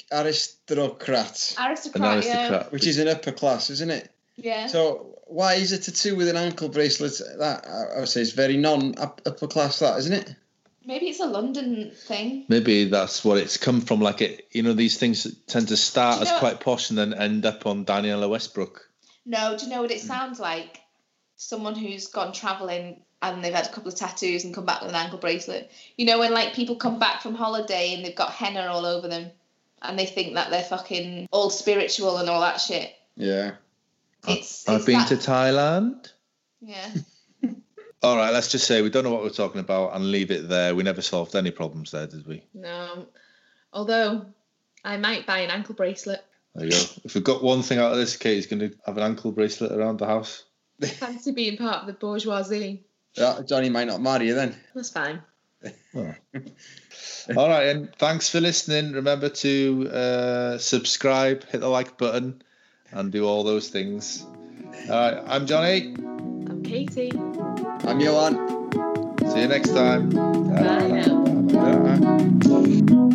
[SPEAKER 4] aristocrat,
[SPEAKER 2] An
[SPEAKER 3] Aristocrat.
[SPEAKER 2] aristocrat.
[SPEAKER 4] which is an upper class, isn't it?
[SPEAKER 3] Yeah. yeah.
[SPEAKER 4] So why is a tattoo with an ankle bracelet that I I would say is very non up- upper class? That isn't it?
[SPEAKER 3] Maybe it's a London thing.
[SPEAKER 2] Maybe that's what it's come from. Like it, you know, these things tend to start
[SPEAKER 3] Do you
[SPEAKER 2] as
[SPEAKER 3] know-
[SPEAKER 2] quite posh and then end up on Daniela Westbrook.
[SPEAKER 3] No, do you know what
[SPEAKER 2] Hmm.
[SPEAKER 3] it sounds like? Someone who's gone travelling and they've had a couple of tattoos and come back with an ankle bracelet. You know when like people come back from holiday and they've got henna all over them and they think that they're fucking all spiritual and all that shit.
[SPEAKER 4] Yeah.
[SPEAKER 3] It's,
[SPEAKER 2] I've
[SPEAKER 3] it's
[SPEAKER 2] been
[SPEAKER 3] that-
[SPEAKER 2] to Thailand.
[SPEAKER 3] *laughs* yeah.
[SPEAKER 2] All right, let's just say we don't know what we're talking about and leave it there. We never solved any problems there, did we?
[SPEAKER 3] No. Although I might buy an ankle bracelet.
[SPEAKER 2] There *laughs* you go. if we've got one thing out of this, Katie's going to have an ankle bracelet around the *laughs* house.
[SPEAKER 3] Fancy being part of the bourgeoisie.
[SPEAKER 4] That- Johnny might not marry you then.
[SPEAKER 3] That's fine.
[SPEAKER 2] All right, and thanks for listening. Remember to uh, subscribe, hit the like button, and do all those things. Uh, I'm Johnny.
[SPEAKER 3] I'm Katie.
[SPEAKER 4] I'm Johan.
[SPEAKER 2] See you next time.
[SPEAKER 3] Bye now.
[SPEAKER 2] Bye.